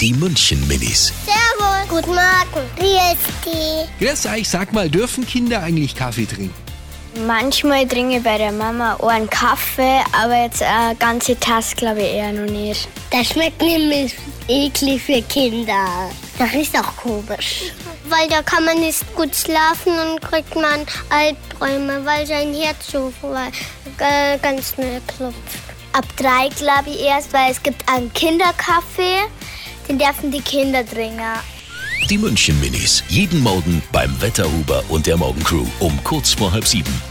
Die München Minis. Servus. Guten Morgen. Wie ist die? Grüß euch, sag mal, dürfen Kinder eigentlich Kaffee trinken? Manchmal trinke ich bei der Mama auch einen Kaffee, aber jetzt äh, eine ganze Tasse glaube ich eher noch nicht. Das schmeckt nämlich eklig für Kinder. Das riecht auch komisch. Weil da kann man nicht gut schlafen und kriegt man Albträume, weil sein Herz so voll- äh, ganz schnell klopft. Ab drei glaube ich erst, weil es gibt einen Kinderkaffee, den dürfen die Kinder trinken. Die München Minis. Jeden Morgen beim Wetterhuber und der Morgencrew um kurz vor halb sieben.